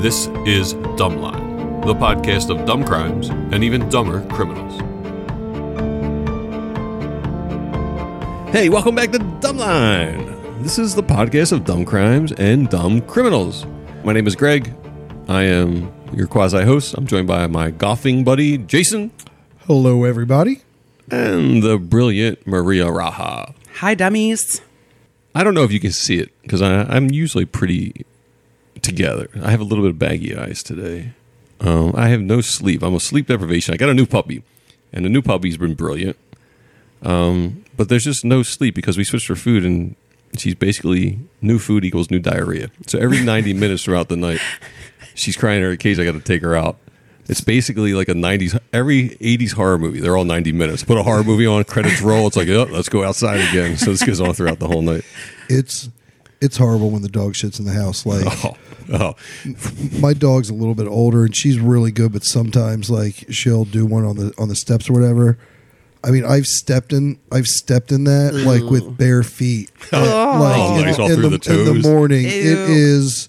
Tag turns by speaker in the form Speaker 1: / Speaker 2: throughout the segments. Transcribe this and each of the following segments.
Speaker 1: This is Dumbline, the podcast of dumb crimes and even dumber criminals. Hey, welcome back to Dumbline. This is the podcast of dumb crimes and dumb criminals. My name is Greg. I am your quasi host. I'm joined by my golfing buddy, Jason,
Speaker 2: Hello, everybody.
Speaker 1: and the brilliant Maria Raha.
Speaker 3: Hi, dummies.
Speaker 1: I don't know if you can see it because I'm usually pretty together. I have a little bit of baggy eyes today. Um, I have no sleep. I'm a sleep deprivation. I got a new puppy, and the new puppy's been brilliant. Um, but there's just no sleep because we switched her food, and she's basically new food equals new diarrhea. So every 90 minutes throughout the night, she's crying in her cage. I got to take her out. It's basically like a 90s, every 80s horror movie. They're all 90 minutes. Put a horror movie on, credits roll. It's like, oh, let's go outside again. So this goes on throughout the whole night.
Speaker 2: It's it's horrible when the dog shits in the house. Like
Speaker 1: Oh, oh.
Speaker 2: my dog's a little bit older and she's really good, but sometimes like she'll do one on the on the steps or whatever. I mean, I've stepped in I've stepped in that like with bare feet.
Speaker 1: Oh,
Speaker 2: like
Speaker 1: nice, all
Speaker 2: in,
Speaker 1: through
Speaker 2: the,
Speaker 1: the
Speaker 2: in the
Speaker 1: toes.
Speaker 2: morning. It
Speaker 3: Ew.
Speaker 2: is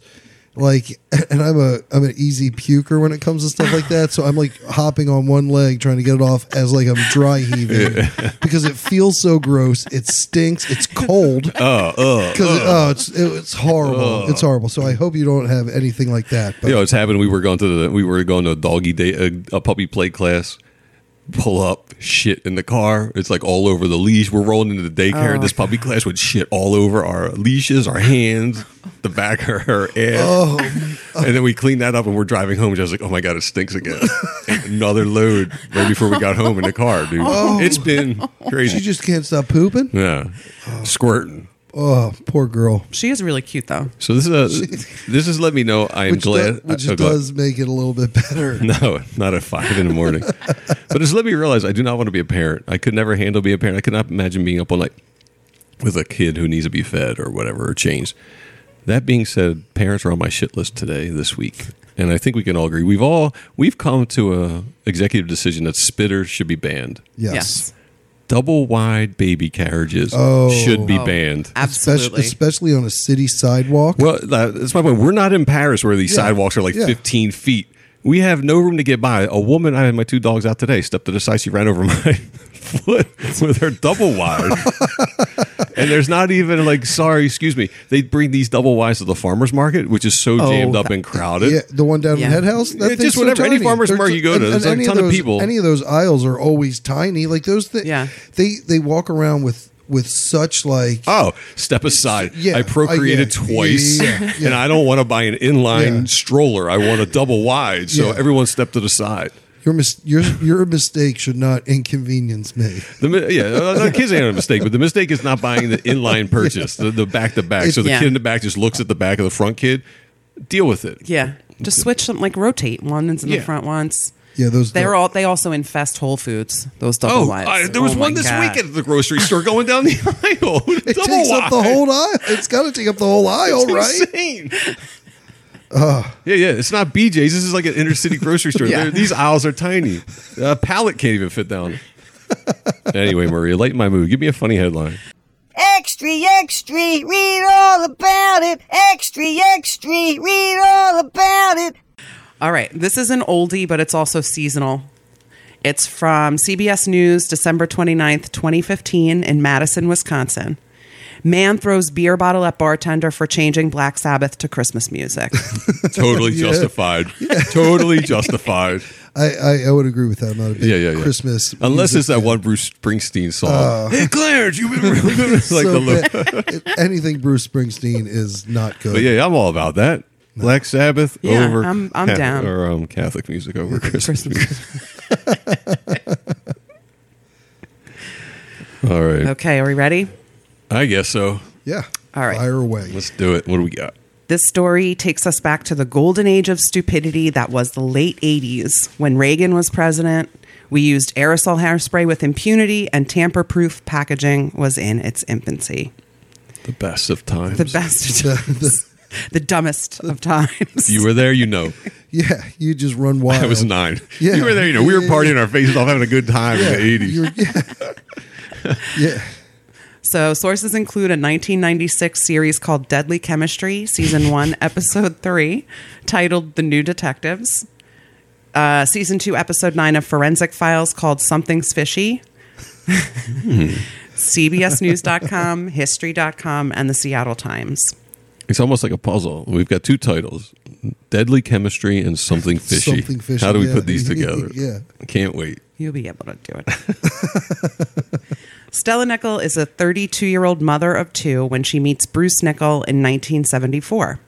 Speaker 2: like and I'm a I'm an easy puker when it comes to stuff like that. So I'm like hopping on one leg trying to get it off as like I'm dry heaving because it feels so gross. It stinks. It's cold.
Speaker 1: Oh, oh.
Speaker 2: Because oh, it's it, it's horrible. It's horrible. So I hope you don't have anything like that. But
Speaker 1: You know, it's happened. We were going to the we were going to a doggy day a, a puppy play class. Pull up, shit in the car. It's like all over the leash. We're rolling into the
Speaker 2: Oh,
Speaker 1: daycare. This puppy class with shit all over our leashes, our hands, the back of her ass.
Speaker 2: Oh.
Speaker 1: and then we cleaned that up and we're driving home. I was like, oh my God, it stinks again. Another load right before we got home in the car, dude. It's been
Speaker 2: Oh. she
Speaker 1: crazy.
Speaker 2: just can't stop pooping.
Speaker 1: yeah. Squirting.
Speaker 2: Oh, poor girl.
Speaker 3: She is really cute, though.
Speaker 1: So this is a, this is let me know I'm
Speaker 2: Which,
Speaker 1: glad
Speaker 2: do- which
Speaker 1: oh, go ahead.
Speaker 2: does make it a little bit better.
Speaker 1: No, not at five in the morning. but it's let me realize I do not want to be a parent. I could never handle being a parent. I could not imagine being up all night with a kid who needs to be fed or whatever or changed. That being said, parents are on my shit list today this week, and I think we can all agree we've all we've come to a executive decision that spitters should be banned.
Speaker 2: Yes.
Speaker 1: Double wide baby carriages
Speaker 2: Oh.
Speaker 1: should be banned.
Speaker 2: Especially,
Speaker 3: Absolutely.
Speaker 2: especially on a city sidewalk.
Speaker 1: Well, that- that's my point. We're not in Paris where these
Speaker 2: Yeah.
Speaker 1: sidewalks are like
Speaker 2: Yeah.
Speaker 1: 15 feet. We have no room to get by. A woman, I had my two dogs out today, stepped to the side. She ran over my foot with her double wide. and there's not even like, sorry, excuse me. They bring these double wides to the farmer's market, which is so jammed up and crowded.
Speaker 2: Oh, yeah, the one down
Speaker 3: Yeah.
Speaker 2: in Head House. That
Speaker 1: Yeah,
Speaker 2: thing's
Speaker 1: just
Speaker 2: so
Speaker 1: whatever. Any
Speaker 2: tiny.
Speaker 1: farmer's
Speaker 2: There's-
Speaker 1: market you go to, there's a
Speaker 2: any
Speaker 1: ton of
Speaker 2: those,
Speaker 1: people.
Speaker 2: Any of those aisles are always tiny. Like those things.
Speaker 3: Yeah.
Speaker 2: They they walk around with with such like
Speaker 1: Oh, step aside.
Speaker 2: Yeah,
Speaker 1: I procreated
Speaker 2: I- yeah,
Speaker 1: twice,
Speaker 2: yeah, yeah, yeah.
Speaker 1: and I don't want to buy an inline
Speaker 2: Yeah.
Speaker 1: stroller. I want a double wide. So
Speaker 2: Yeah.
Speaker 1: everyone step to the side.
Speaker 2: your mis- your your mistake should not inconvenience me.
Speaker 1: The, mi- yeah, uh, the kids ain't a mistake, but the mistake is not buying the inline purchase, the the back to back. So the
Speaker 3: Yeah.
Speaker 1: kid in the back just looks at the back of the front kid. Deal with it.
Speaker 3: yeah. Just switch them, like rotate. One is in
Speaker 1: Yeah.
Speaker 3: the front once.
Speaker 2: Yeah, those
Speaker 3: They're all. They also infest Whole Foods. Those double
Speaker 1: Oh,
Speaker 3: wides.
Speaker 1: I- there was one
Speaker 3: one
Speaker 1: this weekend at the grocery store going down the aisle.
Speaker 2: It
Speaker 1: Double
Speaker 2: takes up the
Speaker 1: wide.
Speaker 2: whole aisle. It's got to take up the whole aisle,
Speaker 1: It's
Speaker 2: right?
Speaker 1: insane. yeah, yeah. It's not BJ's. This is like an inner city grocery store.
Speaker 3: Yeah.
Speaker 1: They're- These aisles are tiny. A pallet can't even fit down. anyway, Maria, lighten my mood. Give me a funny headline.
Speaker 4: Extra, extra, read all about it. Extra, extra, read all about it.
Speaker 3: All right. This is an oldie, but it's also seasonal. It's from CBS News, December 29th, 2015, in Madison, Wisconsin. Man throws beer bottle at bartender for changing Black Sabbath to Christmas music.
Speaker 1: Totally justified. Totally justified.
Speaker 2: I, I, I would agree with that. I'm not a big
Speaker 1: yeah, yeah, yeah.
Speaker 2: Christmas.
Speaker 1: Unless
Speaker 2: music
Speaker 1: it's that one Bruce Springsteen song. hey, Clarence, you've been really like
Speaker 2: Uh. so
Speaker 1: the little.
Speaker 2: bad. Anything Bruce Springsteen is not good.
Speaker 1: But yeah, I'm all about that. Black Sabbath
Speaker 3: Yeah,
Speaker 1: over
Speaker 3: I'm- I'm
Speaker 1: Catholic-
Speaker 3: down.
Speaker 1: or um, Catholic music over Christmas. music. all right,
Speaker 3: okay. Are we ready?
Speaker 1: I guess so.
Speaker 2: Yeah.
Speaker 3: All right.
Speaker 2: Fire away.
Speaker 1: Let's do it. What do we got?
Speaker 3: This story takes us back to the golden age of stupidity that was the late 80s when Reagan was president. We used aerosol hairspray with impunity, and tamper proof packaging was in its infancy.
Speaker 1: The best of times.
Speaker 3: The best,
Speaker 2: The-
Speaker 3: of times. the dumbest of times.
Speaker 1: You were there, you know.
Speaker 2: Yeah. You just run wild.
Speaker 1: I was nine.
Speaker 2: Yeah.
Speaker 1: You were there, you know. We were partying our faces off, having a good time in the '80s.
Speaker 2: You're- yeah. yeah.
Speaker 3: So sources include a 1996 series called Deadly Chemistry, season one, episode three, titled The New Detectives. Uh, season two, episode nine of Forensic Files called Something's Fishy. CBSNews.com, History.com, and the Seattle Times.
Speaker 1: It's almost like a puzzle. We've got two titles: Deadly Chemistry and Something Fishy.
Speaker 2: Something fishy,
Speaker 1: How do we
Speaker 2: yeah.
Speaker 1: put these together?
Speaker 2: Yeah.
Speaker 1: Can't wait.
Speaker 3: You'll be able to do it. Stella Nickel is a 32 year old mother of two when she meets Bruce Nickel in 1974.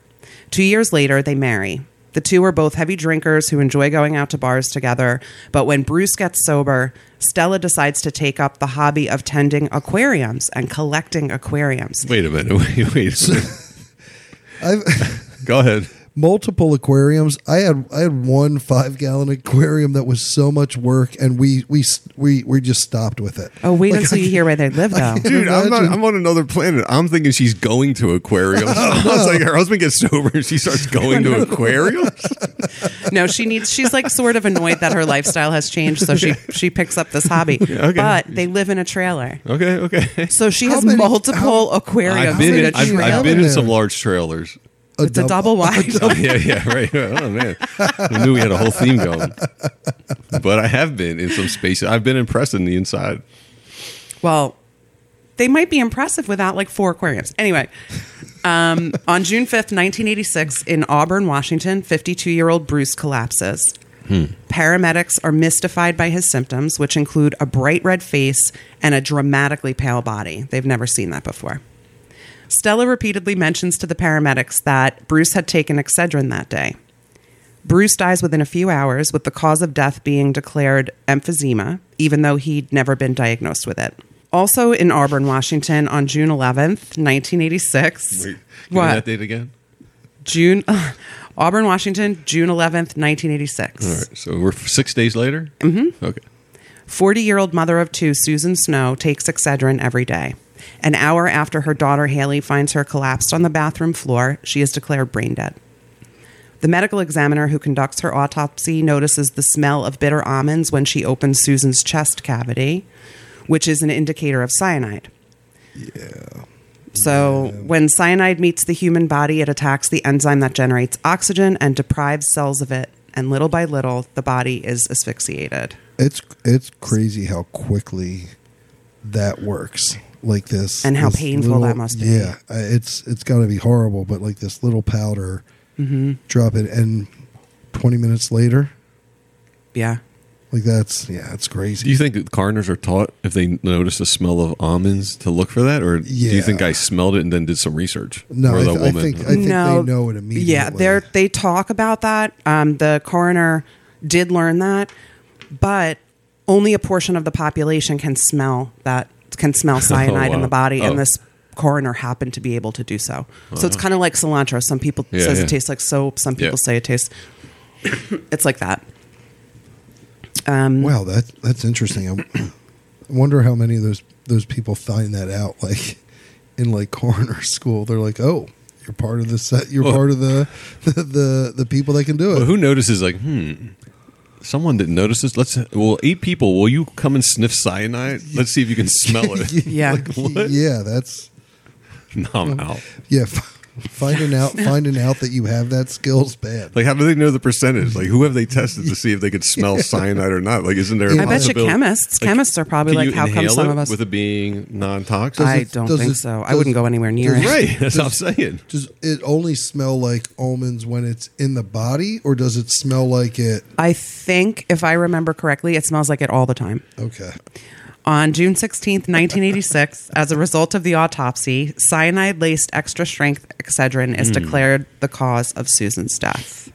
Speaker 3: Two years later, they marry. The two are both heavy drinkers who enjoy going out to bars together, but when Bruce gets sober, Stella decides to take up the hobby of tending aquariums and collecting aquariums.
Speaker 1: Wait a minute. Wait, wait. A minute.
Speaker 2: I've
Speaker 1: Go ahead.
Speaker 2: multiple aquariums. I had I had one five gallon aquarium that was so much work, and we we we we just stopped with it.
Speaker 3: Oh, wait
Speaker 2: Like,
Speaker 3: until
Speaker 2: I-
Speaker 3: you hear where they live, though.
Speaker 1: Dude, I'm, not,
Speaker 2: Imagine.
Speaker 1: I'm on another planet. I'm thinking she's going to aquariums. I was like, her husband gets sober and she starts going to aquariums.
Speaker 3: No, she needs. She's like sort of annoyed that her lifestyle has changed, so she she picks up this hobby.
Speaker 1: Yeah, okay.
Speaker 3: But they live in a trailer,
Speaker 1: Okay, okay.
Speaker 3: so she
Speaker 2: How
Speaker 3: has
Speaker 2: many-
Speaker 3: multiple aquariums
Speaker 1: I've been,
Speaker 3: in
Speaker 1: in,
Speaker 3: a
Speaker 1: I've,
Speaker 3: trailer.
Speaker 1: I've been in some
Speaker 2: there.
Speaker 1: large trailers.
Speaker 3: it's a double wide.
Speaker 1: Oh, yeah, yeah, right. Oh man, I knew we had a whole theme going. But I have been in some spaces. I've been impressed in the inside.
Speaker 3: well, they might be impressive without like four aquariums. Anyway, um, on June fifth, nineteen eighty six, in Auburn, Washington, fifty two year old Bruce collapses. Paramedics are mystified by his symptoms, which include a bright red face and a dramatically pale body. They've never seen that before. Stella repeatedly mentions to the paramedics that Bruce had taken Excedrin that day. Bruce dies within a few hours, with the cause of death being declared emphysema, even though he'd never been diagnosed with it. Also in Auburn, Washington, on June 11th, 1986.
Speaker 1: Wait, give me
Speaker 3: What?
Speaker 1: that date again?
Speaker 3: June, Auburn, Washington, June 11th, 1986.
Speaker 1: All right. So we're six days later. Mm-hmm. Okay.
Speaker 3: 40 year old mother of two, Susan Snow, takes Excedrin every day. An hour after her daughter Haley finds her collapsed on the bathroom floor, she is declared brain dead. The medical examiner who conducts her autopsy notices the smell of bitter almonds when she opens Susan's chest cavity, which is an indicator of cyanide. So, when cyanide meets the human body, it attacks the enzyme that generates oxygen and deprives cells of it. And little by little, the body is asphyxiated.
Speaker 2: It's it's crazy how quickly that works. Like this,
Speaker 3: And how
Speaker 2: this
Speaker 3: painful
Speaker 2: little-
Speaker 3: that must be.
Speaker 2: Yeah, I- it's it's got to be horrible. But like this little powder,
Speaker 3: Mm-hmm.
Speaker 2: drop it, and twenty minutes later,
Speaker 3: Yeah.
Speaker 2: like that's yeah, it's
Speaker 1: Do
Speaker 2: crazy.
Speaker 1: you think that coroners are taught if they notice the smell of almonds to look for that, or do you
Speaker 2: Yeah.
Speaker 1: think I smelled it and then did some research?
Speaker 2: No,
Speaker 1: or
Speaker 2: I
Speaker 1: the
Speaker 2: th- I think- I- they know it immediately.
Speaker 3: Yeah, they they talk about that. Um, the coroner did learn that, but only a portion of the population can smell that can smell cyanide in
Speaker 1: wow.
Speaker 3: the body,
Speaker 1: Oh.
Speaker 3: and this coroner happened to be able to do so. So it's kind of like cilantro. Some people
Speaker 1: Yeah,
Speaker 3: says
Speaker 1: yeah.
Speaker 3: it tastes like soap. Some people
Speaker 1: Yeah.
Speaker 3: say it tastes. it's like that.
Speaker 2: Wow, that that's interesting. I'm- I wonder how many of those those people find that out. Like in like coroner school, they're like, "Oh, you're part of the set. You're
Speaker 1: Well-
Speaker 2: part of the, the the the people that can do it."
Speaker 1: But who notices? Like, hmm, someone didn't notice this. Let's well, eight people. Will you come and sniff cyanide? Let's see if you can smell it.
Speaker 3: Yeah.
Speaker 1: what?
Speaker 2: yeah, that's
Speaker 1: no, I'm out.
Speaker 2: yeah. f- Finding out finding out that you have that skill's bad.
Speaker 1: Like, how do they know the percentage? Like, who have they tested to see if they could smell cyanide or not? Like, isn't there? a
Speaker 2: I bet
Speaker 3: you
Speaker 1: possibility-
Speaker 3: chemists-
Speaker 1: Like,
Speaker 3: chemists are probably
Speaker 1: can
Speaker 3: like,
Speaker 1: you
Speaker 3: how come
Speaker 1: inhale
Speaker 3: some
Speaker 1: it
Speaker 3: of us-
Speaker 1: with it being non-toxic?
Speaker 3: I
Speaker 2: it-
Speaker 3: don't
Speaker 2: does
Speaker 3: think
Speaker 2: it-
Speaker 3: so. I
Speaker 2: does-
Speaker 3: wouldn't go anywhere near
Speaker 2: does-
Speaker 3: it.
Speaker 1: right. That's what I'm saying.
Speaker 2: Does it only smell like almonds when it's in the body, or does it smell like it?
Speaker 3: I think, if I remember correctly, it smells like it all the time.
Speaker 2: Okay,
Speaker 3: On June 16th, 1986, as a result of the autopsy, cyanide laced extra strength Excedrin
Speaker 2: Hmm.
Speaker 3: is declared the cause of Susan's death.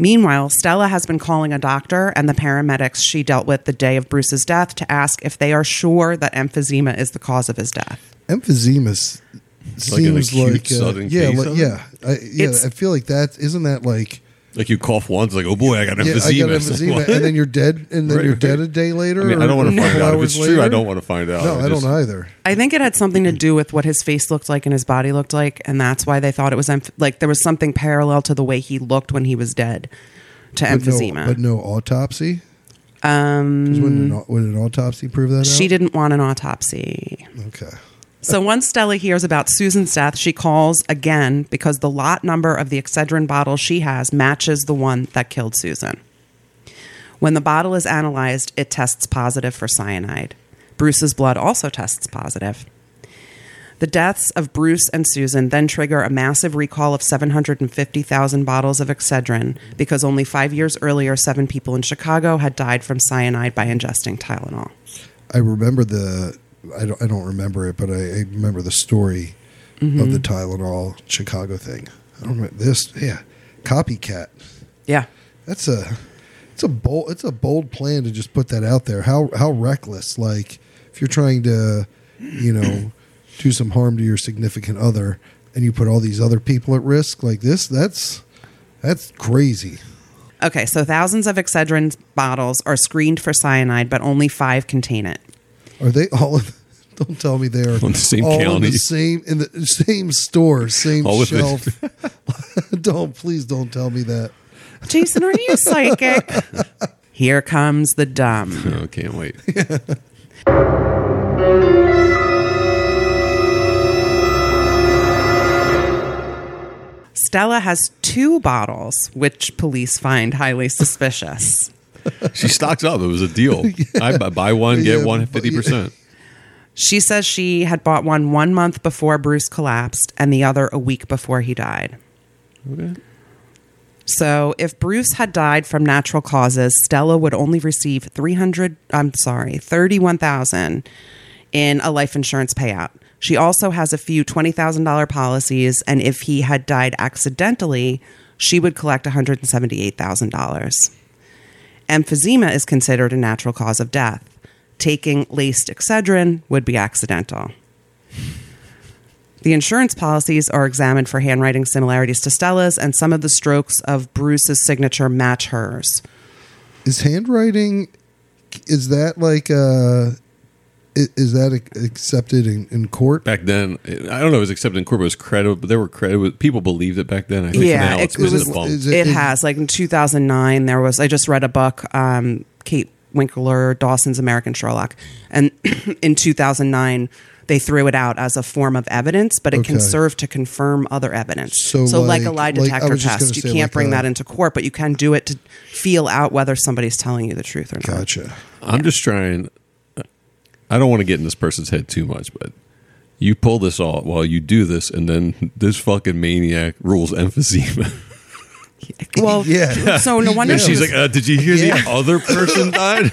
Speaker 3: Meanwhile, Stella has been calling a doctor and the paramedics she dealt with the day of Bruce's death to ask if they are sure that emphysema is the cause of his death.
Speaker 2: emphysema s-
Speaker 1: Like an
Speaker 2: seems
Speaker 1: acute
Speaker 2: like, uh,
Speaker 1: sudden
Speaker 2: yeah,
Speaker 1: case
Speaker 2: like,
Speaker 1: of it?
Speaker 2: yeah, I, yeah.
Speaker 3: It's-
Speaker 2: I feel like that isn't that like
Speaker 1: Like, you cough once, like, oh boy, I got
Speaker 2: yeah,
Speaker 1: emphysema.
Speaker 2: I got
Speaker 1: It's like,
Speaker 2: emphysema,
Speaker 1: what?
Speaker 2: and then you're dead, and then
Speaker 1: Right,
Speaker 2: you're
Speaker 1: right.
Speaker 2: dead a day later.
Speaker 1: I mean, I
Speaker 2: or
Speaker 1: don't want
Speaker 2: a
Speaker 1: to find
Speaker 2: couple
Speaker 1: out. If
Speaker 2: hours
Speaker 1: it's true, I
Speaker 2: later?
Speaker 1: don't want to find out.
Speaker 2: No, I
Speaker 1: just-
Speaker 2: don't either.
Speaker 3: I think it had something to do with what his face looked like and his body looked like, and that's why they thought it was emph- like there was something parallel to the way he looked when he was dead to
Speaker 2: But no-
Speaker 3: emphysema. Um,
Speaker 2: but no autopsy. 'Cause Wouldn't an, au- would an autopsy prove that?
Speaker 3: She
Speaker 2: out?
Speaker 3: didn't want an autopsy.
Speaker 2: Okay.
Speaker 3: So once Stella hears about Susan's death, she calls again because the lot number of the Excedrin bottle she has matches the one that killed Susan. When the bottle is analyzed, it tests positive for cyanide. Bruce's blood also tests positive. The deaths of Bruce and Susan then trigger a massive recall of 750,000 bottles of Excedrin because only five years earlier, seven people in Chicago had died from cyanide by ingesting Tylenol.
Speaker 2: I remember the. I don't. I don't remember it, but I, I remember the story of the Tylenol Chicago thing. I don't remember this. Yeah, copycat.
Speaker 3: Yeah.
Speaker 2: That's a. It's a bold. It's a bold plan to just put that out there. How how reckless? Like if you're trying to, you know, do some harm to your significant other, and you put all these other people at risk like this. That's that's crazy.
Speaker 3: Okay, so thousands of Excedrin bottles are screened for cyanide, but only five contain it.
Speaker 2: Are they all? In, don't tell me they are
Speaker 1: On the same
Speaker 2: all in
Speaker 1: county.
Speaker 2: the same in the same store, same
Speaker 1: All with the-
Speaker 2: shelf. don't please don't tell me that.
Speaker 3: Jason, are you psychic? Here comes the dumb.
Speaker 1: Oh, can't wait.
Speaker 3: Stella has two bottles, which police find highly suspicious.
Speaker 1: She stocks up. It was a deal. I bu- buy one, get
Speaker 2: Yeah,
Speaker 1: one,
Speaker 2: but-
Speaker 1: 50%.
Speaker 3: She says she had bought one one month before Bruce collapsed and the other a week before he died.
Speaker 1: Okay.
Speaker 3: So, if Bruce had died from natural causes, Stella would only receive 300, I'm sorry, 31,000 in a life insurance payout. She also has a few $20,000 policies and if he had died accidentally, she would collect $178,000. Emphysema is considered a natural cause of death. Taking laced Excedrin would be accidental. The insurance policies are examined for handwriting similarities to Stella's, and some of the strokes of Bruce's signature match hers.
Speaker 2: Is handwriting is that like uh i- is that ac- accepted in, in court?
Speaker 1: Back then, I don't know if it was accepted in court, but it was credible. But there were credible. People believed it back then. I think
Speaker 3: Yeah,
Speaker 1: now
Speaker 3: it-
Speaker 1: it's
Speaker 3: it
Speaker 1: been
Speaker 3: was-
Speaker 1: debunked.
Speaker 2: is
Speaker 3: It,
Speaker 2: is-
Speaker 3: has, like in 2009, there was, I just read a book, um, Kate Winkler, Dawson's American Sherlock. And in 2009, they threw it out as a form of evidence, but it can
Speaker 2: Okay.
Speaker 3: serve to confirm other evidence.
Speaker 2: So,
Speaker 3: So, like, a lie
Speaker 2: like- like, I
Speaker 3: detector
Speaker 2: was just gonna
Speaker 3: test, you
Speaker 2: say,
Speaker 3: can't
Speaker 2: like
Speaker 3: bring
Speaker 2: a-
Speaker 3: that into court, but you can do it to feel out whether somebody's telling you the truth or not.
Speaker 2: Gotcha.
Speaker 1: I'm just trying. I don't want to get in this person's head too much, but you pull this off while you do this, and then this fucking maniac rules emphysema.
Speaker 3: Well,
Speaker 2: Yeah.
Speaker 3: so no wonder
Speaker 1: And
Speaker 2: Yeah.
Speaker 1: she's like, uh, "Did you hear
Speaker 2: Yeah.
Speaker 1: the other person died?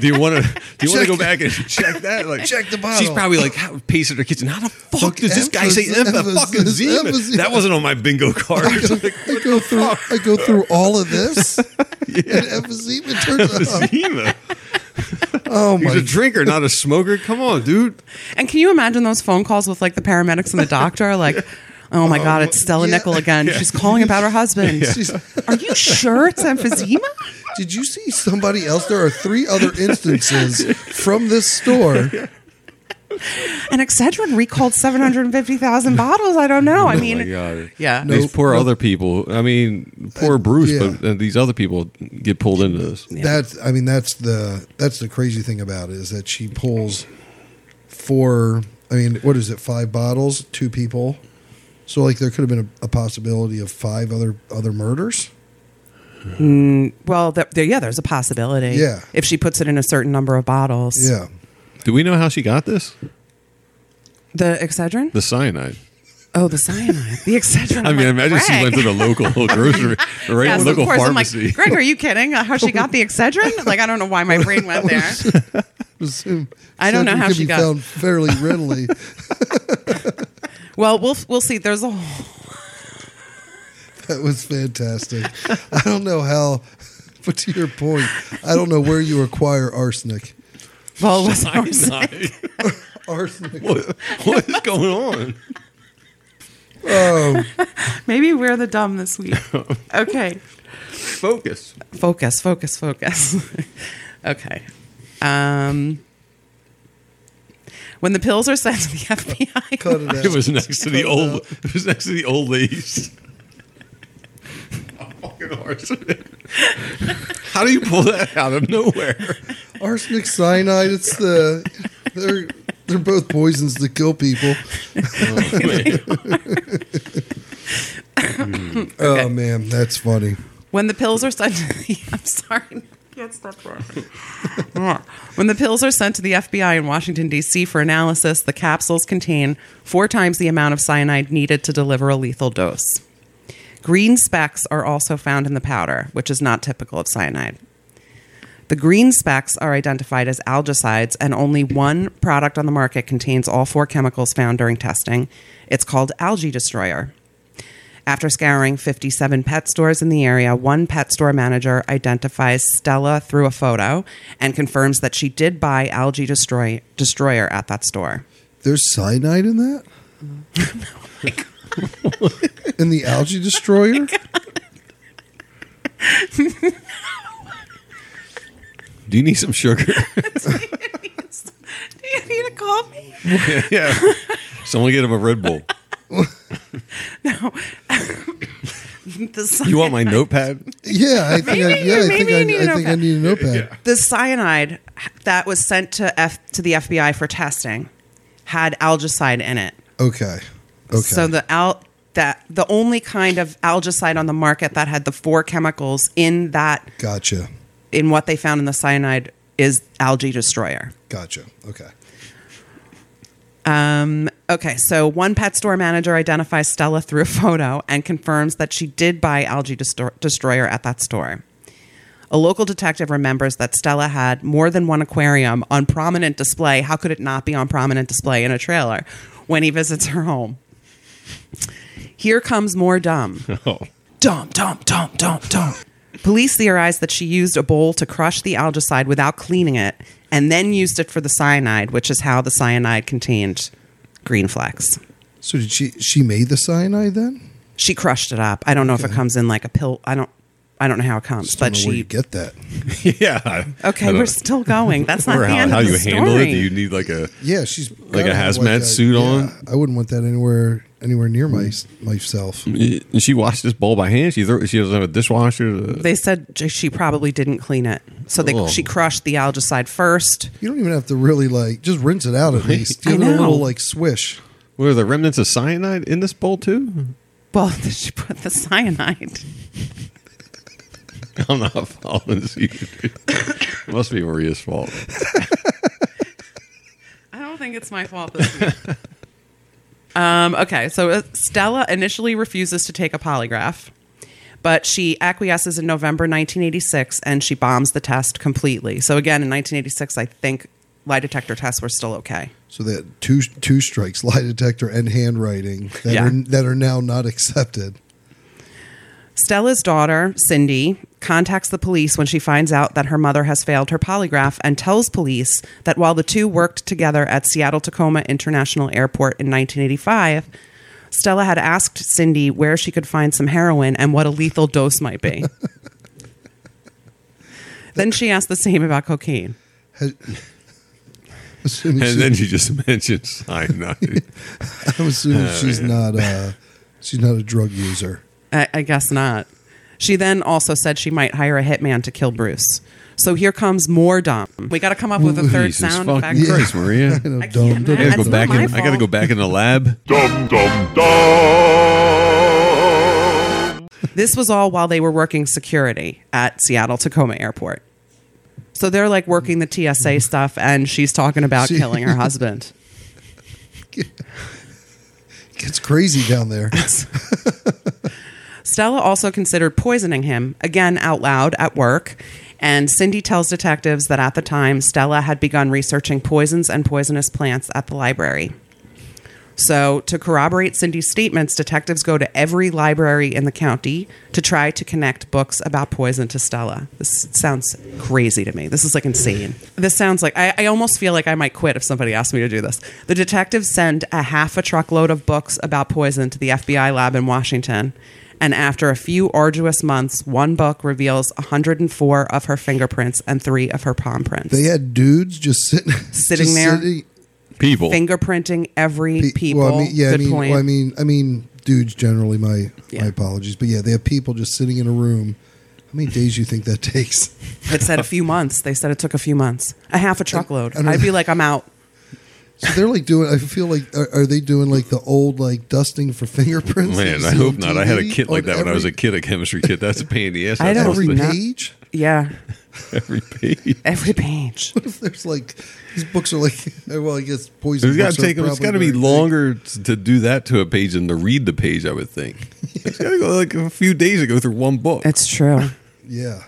Speaker 1: do you want to? Do you want to go back and check that? Like,
Speaker 2: Check the
Speaker 1: She's
Speaker 2: bottle.
Speaker 1: probably like how- pacing her kitchen. How the fuck does this guy say
Speaker 2: emphasis-
Speaker 1: emph- fucking
Speaker 2: emphasis-
Speaker 1: Zeman?
Speaker 2: emphasis.
Speaker 1: That wasn't on my bingo card. Like,
Speaker 2: I go through I go through all of this and emphysema turns out.
Speaker 1: emphysema.
Speaker 2: Oh
Speaker 1: He's a
Speaker 2: my
Speaker 1: drinker, not a smoker. Come on, dude.
Speaker 3: And can you imagine those phone calls with like the paramedics and the doctor? Like, oh my
Speaker 1: Um,
Speaker 3: God, it's Stella
Speaker 2: yeah.
Speaker 3: Nickel again. She's calling about her husband.
Speaker 2: She's-
Speaker 3: Are you sure it's emphysema?
Speaker 2: Did you see somebody else? There are three other instances from this store.
Speaker 3: And Excedrin recalled 750,000 bottles. I don't know. I mean,
Speaker 1: Oh my God.
Speaker 3: yeah.
Speaker 2: No.
Speaker 1: these poor other people. I mean, poor Bruce,
Speaker 2: yeah.
Speaker 1: but uh, these other people get pulled into this.
Speaker 2: That's I mean that's the that's the crazy thing about it is that she pulls four I mean what is it five bottles two people so like there could have been a, a possibility of five other other murders
Speaker 3: Well, th- there, yeah, there's a possibility.
Speaker 2: Yeah.
Speaker 3: If she puts it in a certain number of bottles.
Speaker 2: yeah
Speaker 1: Do we know how she got this?
Speaker 3: The Excedrin?
Speaker 1: The cyanide.
Speaker 3: oh, the cyanide. The Excedrin.
Speaker 1: I
Speaker 3: I'm
Speaker 1: mean, I
Speaker 3: like,
Speaker 1: imagine she
Speaker 3: Greg.
Speaker 1: went to the local grocery, right?
Speaker 3: Yes,
Speaker 1: local
Speaker 3: of course. I'm
Speaker 1: pharmacy.
Speaker 3: like, Greg, are you kidding? How she got the Excedrin? Like, I don't know why my brain went there. I don't know how
Speaker 2: could
Speaker 3: she
Speaker 2: be
Speaker 3: got-
Speaker 2: found fairly readily
Speaker 3: Well, we'll we'll see. There's a whole
Speaker 2: that was fantastic I don't know how but to your point I don't know where you acquire arsenic
Speaker 3: well, what's
Speaker 1: Cyanide.
Speaker 2: arsenic
Speaker 1: what, what is going on?
Speaker 2: oh
Speaker 3: Maybe we're the dumb this week. Okay.
Speaker 1: Focus.
Speaker 3: Focus, focus, focus. okay. Um, when the pills are sent to the FBI,
Speaker 2: cut it out
Speaker 1: It was next to the old. It was next to the old ladies. Fucking arsenic. How do you pull that out of nowhere?
Speaker 2: Arsenic cyanide. It's the they're they're both poisons that kill people. Oh man, that's funny.
Speaker 3: When the pills are sent to the I'm sorry. Can't stop wrong. when the pills are sent to the FBI in Washington, D.C. for analysis, the capsules contain four times the amount of cyanide needed to deliver a lethal dose. Green specks are also found in the powder, which is not typical of cyanide. The green specks are identified as algicides, and only one product on the market contains all four chemicals found during testing. It's called Algae Destroyer. After scouring 57 pet stores in the area, one pet store manager identifies Stella through a photo and confirms that she did buy Algae Destroy- Destroyer at that store.
Speaker 2: There's cyanide in that. in the algae destroyer.
Speaker 1: Do you need some sugar?
Speaker 3: Do you need to call me?
Speaker 1: yeah. Someone get him a Red Bull.
Speaker 3: The,
Speaker 1: You
Speaker 3: cy-
Speaker 1: want my notepad?
Speaker 2: Yeah, I think. I,
Speaker 3: Maybe
Speaker 2: yeah,
Speaker 3: you-
Speaker 2: I
Speaker 3: maybe
Speaker 2: think.
Speaker 3: you
Speaker 2: I,
Speaker 3: need
Speaker 2: I,
Speaker 3: an
Speaker 2: think I
Speaker 3: notepad.
Speaker 2: need a notepad.
Speaker 3: the cyanide that was sent to, F- to the FBI for testing had algicide in it.
Speaker 2: Okay. Okay.
Speaker 3: So the al- that the only kind of algicide on the market that had the four chemicals in that
Speaker 2: gotcha.
Speaker 3: in what they found in the cyanide is algae destroyer.
Speaker 2: Gotcha. Okay.
Speaker 3: Um, okay, so one pet store manager identifies Stella through a photo and confirms that she did buy algae destor- destroyer at that store. A local detective remembers that Stella had more than one aquarium on prominent display. How could it not be on prominent display in a trailer when he visits her home? Here comes more dumb.
Speaker 1: Oh.
Speaker 3: Dumb, dumb, dumb, dumb, dumb. Police theorized that she used a bowl to crush the algicide without cleaning it and then used it for the cyanide, which is how the cyanide contained green flex.
Speaker 2: So did she? She made the cyanide then?
Speaker 3: She crushed it up. I don't know if it comes in like a pill. I don't I don't know how it comes,
Speaker 2: Don't
Speaker 3: but
Speaker 2: know where you
Speaker 3: she
Speaker 2: get that.
Speaker 1: Yeah. I
Speaker 3: Okay,
Speaker 1: don't
Speaker 3: we're
Speaker 1: know.
Speaker 3: still going. That's not
Speaker 1: Or
Speaker 3: the
Speaker 1: how,
Speaker 3: end
Speaker 1: how
Speaker 3: of the
Speaker 1: you
Speaker 3: story.
Speaker 1: handle it? Do you need like a
Speaker 2: Yeah, she's
Speaker 1: Like a
Speaker 2: gotta have,
Speaker 1: hazmat suit on?
Speaker 2: I wouldn't want that anywhere anywhere near my myself.
Speaker 1: And she washed this bowl by hand. She threw, she doesn't have a dishwasher. to-
Speaker 3: They said j- she probably didn't clean it. So they,
Speaker 1: Oh.
Speaker 3: she crushed the algicide first.
Speaker 2: You don't even have to really like just rinse it out at least. Give
Speaker 3: I
Speaker 2: it a
Speaker 3: know.
Speaker 2: little like swish.
Speaker 1: Were there remnants of cyanide in this bowl too?
Speaker 3: Well, she put the cyanide.
Speaker 1: I'm not following this. either. Must be Maria's fault.
Speaker 3: I don't think it's my fault this week. um, okay, so uh, Stella initially refuses to take a polygraph, but she acquiesces in November 1986 and she bombs the test completely. So, again, in 1986, I think lie detector tests were still okay.
Speaker 2: So that two two strikes, lie detector and handwriting that
Speaker 3: Yeah.
Speaker 2: are that are now not accepted.
Speaker 3: Stella's daughter, Cindy, contacts the police when she finds out that her mother has failed her polygraph and tells police that while the two worked together at Seattle Tacoma International Airport in 1985, Stella had asked Cindy where she could find some heroin and what a lethal dose might be. then she asked the same about cocaine.
Speaker 2: Had- As soon as
Speaker 1: And
Speaker 2: she-
Speaker 1: then she just mentioned cyanide.
Speaker 2: I'm assuming
Speaker 3: Oh,
Speaker 2: she's not uh she's not a drug user.
Speaker 3: I, I guess not. She then also said she might hire a hitman to kill Bruce. So here comes more dumb. We got to come up with a third
Speaker 1: Jesus
Speaker 3: sound
Speaker 1: fucking
Speaker 3: effect.
Speaker 1: Christ, Maria. I
Speaker 2: No,
Speaker 1: gotta
Speaker 2: dumb,
Speaker 3: can't imagine.
Speaker 2: dumb,
Speaker 3: That's
Speaker 1: go
Speaker 3: not
Speaker 1: back.
Speaker 3: my
Speaker 1: In, I gotta
Speaker 3: fault.
Speaker 1: go back in the lab.
Speaker 5: Dum dum dum.
Speaker 3: This was all while they were working security at Seattle Tacoma Airport. So they're like working the TSA stuff, and she's talking about
Speaker 2: She-
Speaker 3: killing her husband.
Speaker 2: It gets crazy down there.
Speaker 3: Stella also considered poisoning him, again out loud at work. And Cindy tells detectives that at the time, Stella had begun researching poisons and poisonous plants at the library. So, to corroborate Cindy's statements, detectives go to every library in the county to try to connect books about poison to Stella. This sounds crazy to me. This is like insane. This sounds like I, I almost feel like I might quit if somebody asked me to do this. The detectives send a half a truckload of books about poison to the FBI lab in Washington. And after a few arduous months, one book reveals 104 of her fingerprints and three of her palm prints.
Speaker 2: They had dudes just sitting
Speaker 3: Sitting
Speaker 2: just
Speaker 3: there?
Speaker 2: sitting-
Speaker 1: People.
Speaker 3: Fingerprinting every
Speaker 2: Pe-
Speaker 3: people.
Speaker 2: Well, I mean, yeah,
Speaker 3: Good
Speaker 2: I mean,
Speaker 3: point.
Speaker 2: well, I mean, I mean, dudes generally. My
Speaker 3: Yeah.
Speaker 2: my apologies, but yeah, they have people just sitting in a room How many days you think that takes?
Speaker 3: It said a few months. They said it took a few months, a half a truckload.
Speaker 2: and-
Speaker 3: I'd be like, I'm out.
Speaker 2: So they're like doing. I feel like are, are they doing like the old like dusting for fingerprints? that you
Speaker 1: Man, I
Speaker 2: see
Speaker 1: hope
Speaker 2: on
Speaker 1: not. I had a
Speaker 2: TV
Speaker 1: kit like
Speaker 2: on
Speaker 1: that when I was a
Speaker 2: every-
Speaker 1: kid, a chemistry kit. That's a pain in the ass.
Speaker 3: Oh, I
Speaker 1: That's
Speaker 3: don't
Speaker 1: the
Speaker 2: Every
Speaker 3: re-
Speaker 1: thing.
Speaker 2: page.
Speaker 3: Yeah,
Speaker 1: Every page.
Speaker 3: every page.
Speaker 2: If there's like these books are like well, I guess poison.
Speaker 1: It's got
Speaker 2: books
Speaker 1: to
Speaker 2: are
Speaker 1: take. It's
Speaker 2: probably
Speaker 1: got to be
Speaker 2: very big.
Speaker 1: longer t- to do that to a page than to read the page. I would think. It's got to go like a few days to go through one book.
Speaker 3: It's true.
Speaker 2: Yeah.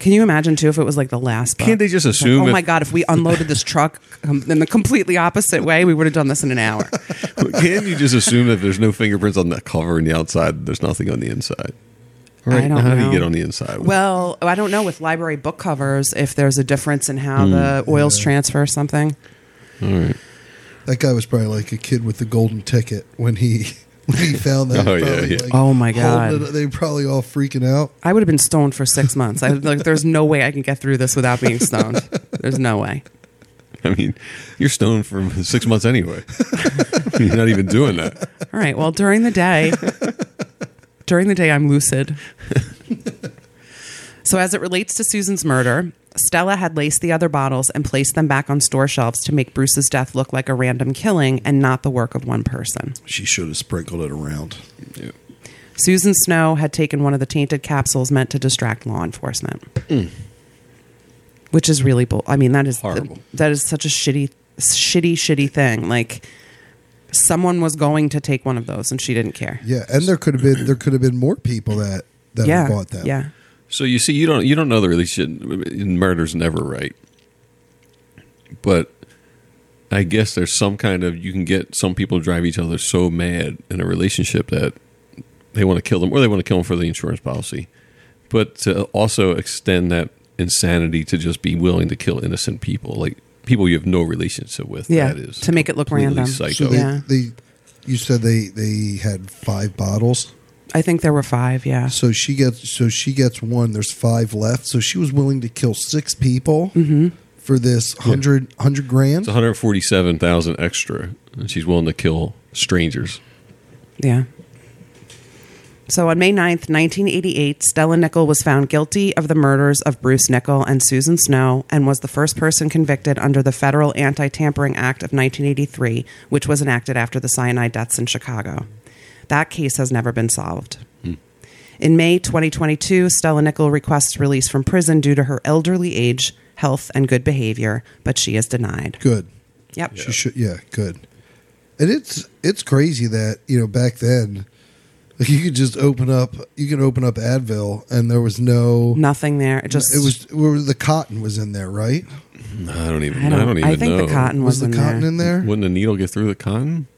Speaker 3: Can you imagine too if it was like the last? Book?
Speaker 1: Can't they just
Speaker 3: It's like,
Speaker 1: assume
Speaker 3: oh
Speaker 1: if-
Speaker 3: my god, if we unloaded this truck um, in the completely opposite way, we would have done this in an hour.
Speaker 1: Can you just assume that there's no fingerprints on the cover and the outside? There's nothing on the inside. All
Speaker 3: I don't
Speaker 1: now how do you
Speaker 3: know.
Speaker 1: get on the inside?
Speaker 3: Well, I don't know with library book covers if there's a difference in how
Speaker 1: Hmm,
Speaker 3: the oils transfer or something.
Speaker 2: That guy was probably like a kid with the golden ticket when he when he found that.
Speaker 1: Oh, yeah,
Speaker 2: Probably,
Speaker 1: yeah.
Speaker 2: like,
Speaker 3: Oh, my God.
Speaker 2: holding it- they were probably all freaking out.
Speaker 3: I would have been stoned for six months. I like, there's no way I can get through this without being stoned. There's no way.
Speaker 1: I mean, you're stoned for six months anyway. you're not even doing that.
Speaker 3: All right. Well, during the day, during the day, I'm lucid. so, as it relates to Susan's murder, Stella had laced the other bottles and placed them back on store shelves to make Bruce's death look like a random killing and not the work of one person.
Speaker 2: She should have sprinkled it around.
Speaker 3: Susan Snow had taken one of the tainted capsules meant to distract law enforcement,
Speaker 2: Mm.
Speaker 3: which is really bull. I mean, that is
Speaker 1: Horrible.
Speaker 3: that is such a shitty, shitty, shitty thing. Like someone was going to take one of those, and she didn't care.
Speaker 2: Yeah, and there could have been there could have been more people that that
Speaker 3: yeah,
Speaker 2: bought that.
Speaker 3: yeah.
Speaker 1: So you see, you don't you don't know the relationship. Murder's never right, but I guess there's some kind of you can get some people to drive each other so mad in a relationship that they want to kill them or they want to kill them for the insurance policy, but to also extend that insanity to just be willing to kill innocent people, like people you have no relationship with.
Speaker 3: Yeah,
Speaker 1: that is
Speaker 3: to make it look
Speaker 1: completely
Speaker 3: random.
Speaker 1: Psycho.
Speaker 2: So they,
Speaker 3: Yeah.
Speaker 2: they, you said they they had five bottles.
Speaker 3: I think there were five. Yeah,
Speaker 2: So she gets so she gets one. There's five left. So she was willing to kill six people
Speaker 3: Mm-hmm.
Speaker 2: for this hundred hundred grand.
Speaker 1: It's 147,000 extra, and she's willing to kill strangers.
Speaker 3: yeah. So on May 9th, 1988, Stella Nickel was found guilty of the murders of Bruce Nickel and Susan Snow and was the first person convicted under the Federal Anti Tampering Act of 1983, which was enacted after the cyanide deaths in Chicago. That case has never been solved.
Speaker 1: Hmm.
Speaker 3: In May 2022, Stella Nickel requests release from prison due to her elderly age, health, and good behavior, but she is denied.
Speaker 2: Good.
Speaker 3: Yep.
Speaker 2: She should. Yeah. Good. And it's it's crazy that you know back then, like you could just open up you can open up Advil and there was no.
Speaker 3: Nothing there. It just
Speaker 2: It was where the cotton was in there, right?
Speaker 1: I don't even.
Speaker 3: I
Speaker 1: I
Speaker 3: don't,
Speaker 1: don't,
Speaker 3: I
Speaker 1: even
Speaker 3: think
Speaker 1: know.
Speaker 3: the cotton
Speaker 2: Was
Speaker 3: was,
Speaker 2: the
Speaker 3: in
Speaker 2: cotton
Speaker 3: there.
Speaker 2: in there?
Speaker 1: Wouldn't the needle get through the cotton?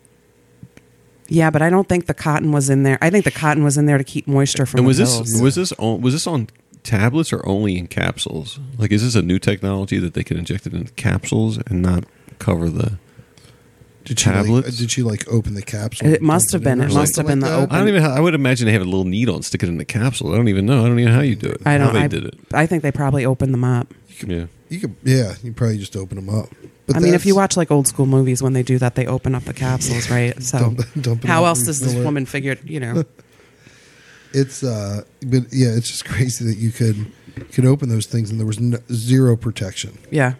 Speaker 3: Yeah, but I don't think the cotton was in there. I think the cotton was in there to keep moisture from
Speaker 1: And
Speaker 3: the
Speaker 1: was
Speaker 3: pills.
Speaker 1: this was this on was this on tablets or only in capsules? Like, is this a new technology that they can inject it in capsules and not cover the?
Speaker 2: Did she like,
Speaker 1: Tablets?
Speaker 2: did she like open the capsule?
Speaker 3: It
Speaker 2: and
Speaker 3: must
Speaker 2: dump
Speaker 3: have been.
Speaker 2: in or
Speaker 3: It must
Speaker 2: something
Speaker 3: have been
Speaker 2: like that?
Speaker 3: the
Speaker 1: I don't even. I would imagine they have a little needle and stick it in the capsule. I don't even know. I don't even know how you do it.
Speaker 3: I don't.
Speaker 1: How they
Speaker 3: I,
Speaker 1: did it.
Speaker 3: I think they probably opened them up.
Speaker 1: Yeah.
Speaker 2: You could, yeah, you probably just open them up. But
Speaker 3: I mean, if you
Speaker 2: that's-
Speaker 3: watch like old school movies, when they do that, they open up the capsules, right? So,
Speaker 2: Dump- dump it
Speaker 3: how
Speaker 2: out,
Speaker 3: else does this
Speaker 2: refill it.
Speaker 3: woman figure? You know,
Speaker 2: it's uh, but yeah, it's just crazy that you could could open those things and there was no, zero protection.
Speaker 3: yeah.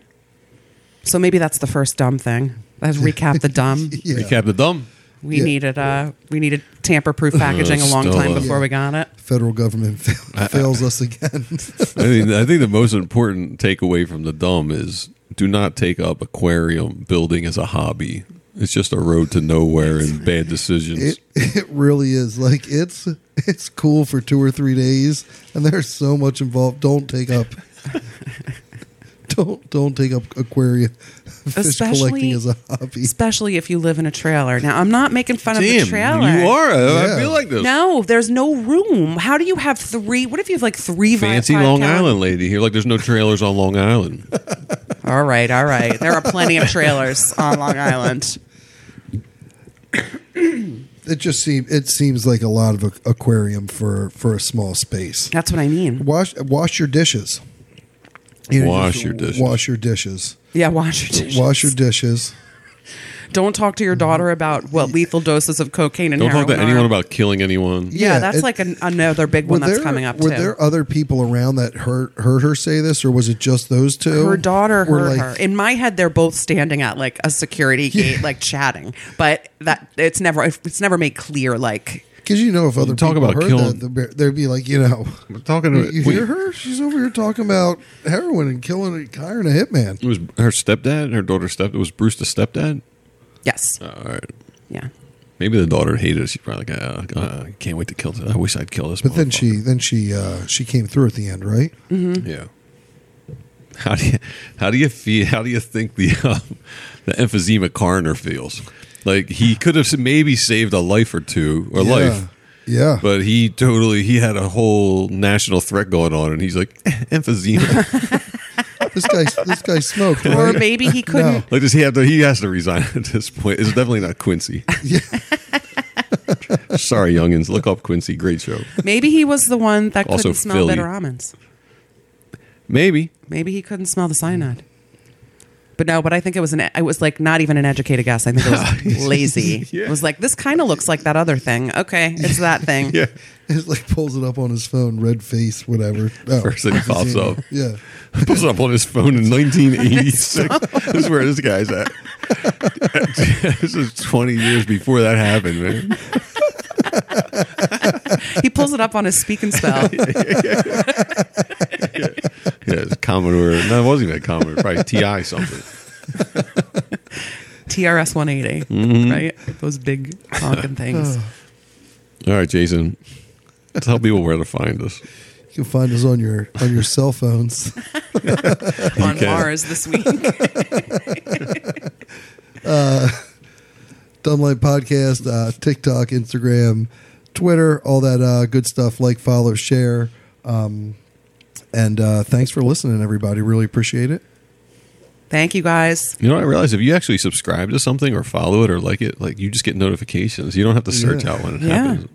Speaker 3: So maybe that's the first dumb thing. Let's recap the dumb.
Speaker 2: Yeah,
Speaker 1: Recap the dumb.
Speaker 3: We
Speaker 2: Yeah.
Speaker 3: needed uh, we needed tamper proof packaging a long
Speaker 1: Stella.
Speaker 3: time before
Speaker 2: Yeah.
Speaker 3: we got it.
Speaker 2: federal government fail, fails us again.
Speaker 1: I think, I think the most important takeaway from the dumb is do not take up aquarium building as a hobby. It's just a road to nowhere and bad decisions.
Speaker 2: it it really is like it's it's cool for two or three days, and there's so much involved. Don't take up. Don't don't take up aquarium fish
Speaker 3: Especially-
Speaker 2: collecting as a hobby.
Speaker 3: Especially if you live in a trailer. Now, I'm not making fun of the trailer.
Speaker 1: you are. I-
Speaker 2: Yeah.
Speaker 1: I feel like this.
Speaker 3: No, there's no room. How do you have three? What if you have like three vi-
Speaker 1: Fancy
Speaker 3: five
Speaker 1: Long
Speaker 3: gallon-
Speaker 1: Island lady here. Like, there's no trailers on Long Island.
Speaker 3: All right, all right. There are plenty of trailers on Long Island.
Speaker 2: It just seems it seems like a lot of a, aquarium for for a small space.
Speaker 3: That's what I mean.
Speaker 2: Wash wash your dishes.
Speaker 1: Wash
Speaker 2: just
Speaker 1: your dishes.
Speaker 2: Wash your dishes.
Speaker 3: Yeah, wash your dishes.
Speaker 2: Wash your dishes.
Speaker 3: Don't talk to your daughter about what lethal doses of cocaine and
Speaker 1: Don't
Speaker 3: heroin
Speaker 1: talk to
Speaker 3: are.
Speaker 1: anyone about killing anyone.
Speaker 3: Yeah,
Speaker 2: Yeah,
Speaker 3: that's
Speaker 2: it-
Speaker 3: like an, another big
Speaker 2: Were
Speaker 3: one that's
Speaker 2: there-
Speaker 3: coming up
Speaker 2: Were
Speaker 3: too.
Speaker 2: there other people around that heard heard her say this, or was it just those two?
Speaker 3: her daughter
Speaker 2: Were
Speaker 3: heard
Speaker 2: like-
Speaker 3: her. In my head, they're both standing at like a security gate, like chatting. But that it's never it's never made clear. Like
Speaker 2: Because you know, if other
Speaker 1: talk
Speaker 2: people
Speaker 1: about
Speaker 2: heard
Speaker 1: killing-
Speaker 2: that, they'd be- they'd be like, you know,
Speaker 1: We're talking
Speaker 2: you hear her? She's over here talking about heroin and killing, and hiring a hitman.
Speaker 1: It was her stepdad, her daughter's stepdad. Was Bruce the stepdad?
Speaker 3: yes,
Speaker 1: All right.
Speaker 3: yeah.
Speaker 1: Maybe the daughter hated it. She's probably like, uh, uh, I can't wait to kill this. I wish I'd kill this.
Speaker 2: But then
Speaker 1: motherfucker.
Speaker 2: she, then she, uh, she came through at the end, right?
Speaker 3: Mm-hmm.
Speaker 1: Yeah. How do you how do you feel? How do you think the um, the emphysema coroner feels? Like he could have maybe saved a life or two or
Speaker 2: yeah.
Speaker 1: life,
Speaker 2: Yeah.
Speaker 1: but he totally he had a whole national threat going on, and he's like emphysema.
Speaker 2: this guy, this guy smoked.
Speaker 3: Or
Speaker 2: right?
Speaker 3: maybe he couldn't.
Speaker 1: like does he have to? He has to resign at this point. It's definitely not Quincy.
Speaker 2: Yeah.
Speaker 1: Sorry, youngins, look up Quincy. Great show.
Speaker 3: Maybe he was the one that
Speaker 1: Also
Speaker 3: couldn't smell
Speaker 1: Philly.
Speaker 3: bitter almonds.
Speaker 1: Maybe
Speaker 3: Maybe he couldn't smell the cyanide. But no, but I think it was an it was like not even an educated guess. I think it was lazy.
Speaker 1: Yeah.
Speaker 3: It was like this kind of looks like that other thing. Okay, it's that thing.
Speaker 1: yeah.
Speaker 2: It's like pulls it up on his phone, red face, whatever. Oh,
Speaker 1: First thing pops up.
Speaker 2: Yeah.
Speaker 1: Pulls up on his phone in 1986. this is where this guy's at. this is 20 years before that happened, man.
Speaker 3: He pulls it up on his speak and spell.
Speaker 1: Yeah, it's Commodore. No, it wasn't even a Commodore. Probably TI something.
Speaker 3: TRS 180,
Speaker 1: Mm-hmm.
Speaker 3: right? Those big honking things.
Speaker 1: All right, Jason. Tell people where to find us.
Speaker 2: You can find us on your on your cell phones.
Speaker 3: on
Speaker 1: Okay.
Speaker 3: Mars this week.
Speaker 2: Dumbline Podcast, uh, TikTok, Instagram, Twitter, all that uh, good stuff. Like, follow, share. Um, and uh, thanks for listening, everybody. Really appreciate it.
Speaker 3: Thank you guys.
Speaker 1: You know, I realized if you actually subscribe to something or follow it or like it, like you just get notifications. You don't have to search
Speaker 2: Yeah.
Speaker 1: out when it
Speaker 3: Yeah.
Speaker 1: happens.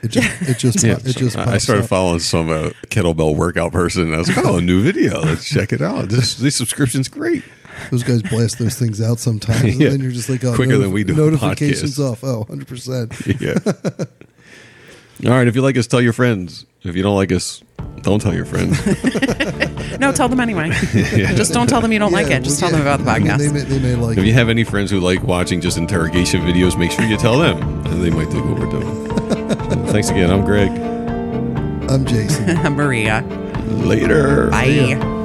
Speaker 2: It just it just
Speaker 1: Yeah,
Speaker 2: it just
Speaker 1: I I
Speaker 2: pops
Speaker 1: started
Speaker 2: up.
Speaker 1: following some uh, kettlebell workout person, and I was like, "Oh, a new video! Let's check it out. This this subscription's great."
Speaker 2: Those guys blast those things out sometimes, and
Speaker 1: Yeah.
Speaker 2: then you're just like, oh,
Speaker 1: Quicker than we do a
Speaker 2: Notifications
Speaker 1: podcast.
Speaker 2: off. Oh, 100 percent.
Speaker 1: yeah. All right. If you like us, tell your friends. If you don't like us, don't tell your friends.
Speaker 3: No, tell them anyway. Just don't tell them you don't like it. Just tell them about the
Speaker 2: They
Speaker 3: podcast.
Speaker 2: may, they may like.
Speaker 1: if
Speaker 2: it.
Speaker 1: you have any friends who like watching just interrogation videos, make sure you tell them, and they might think what we're doing. So, thanks again. I'm Greg.
Speaker 2: I'm Jason.
Speaker 3: Maria.
Speaker 1: Later.
Speaker 3: Bye.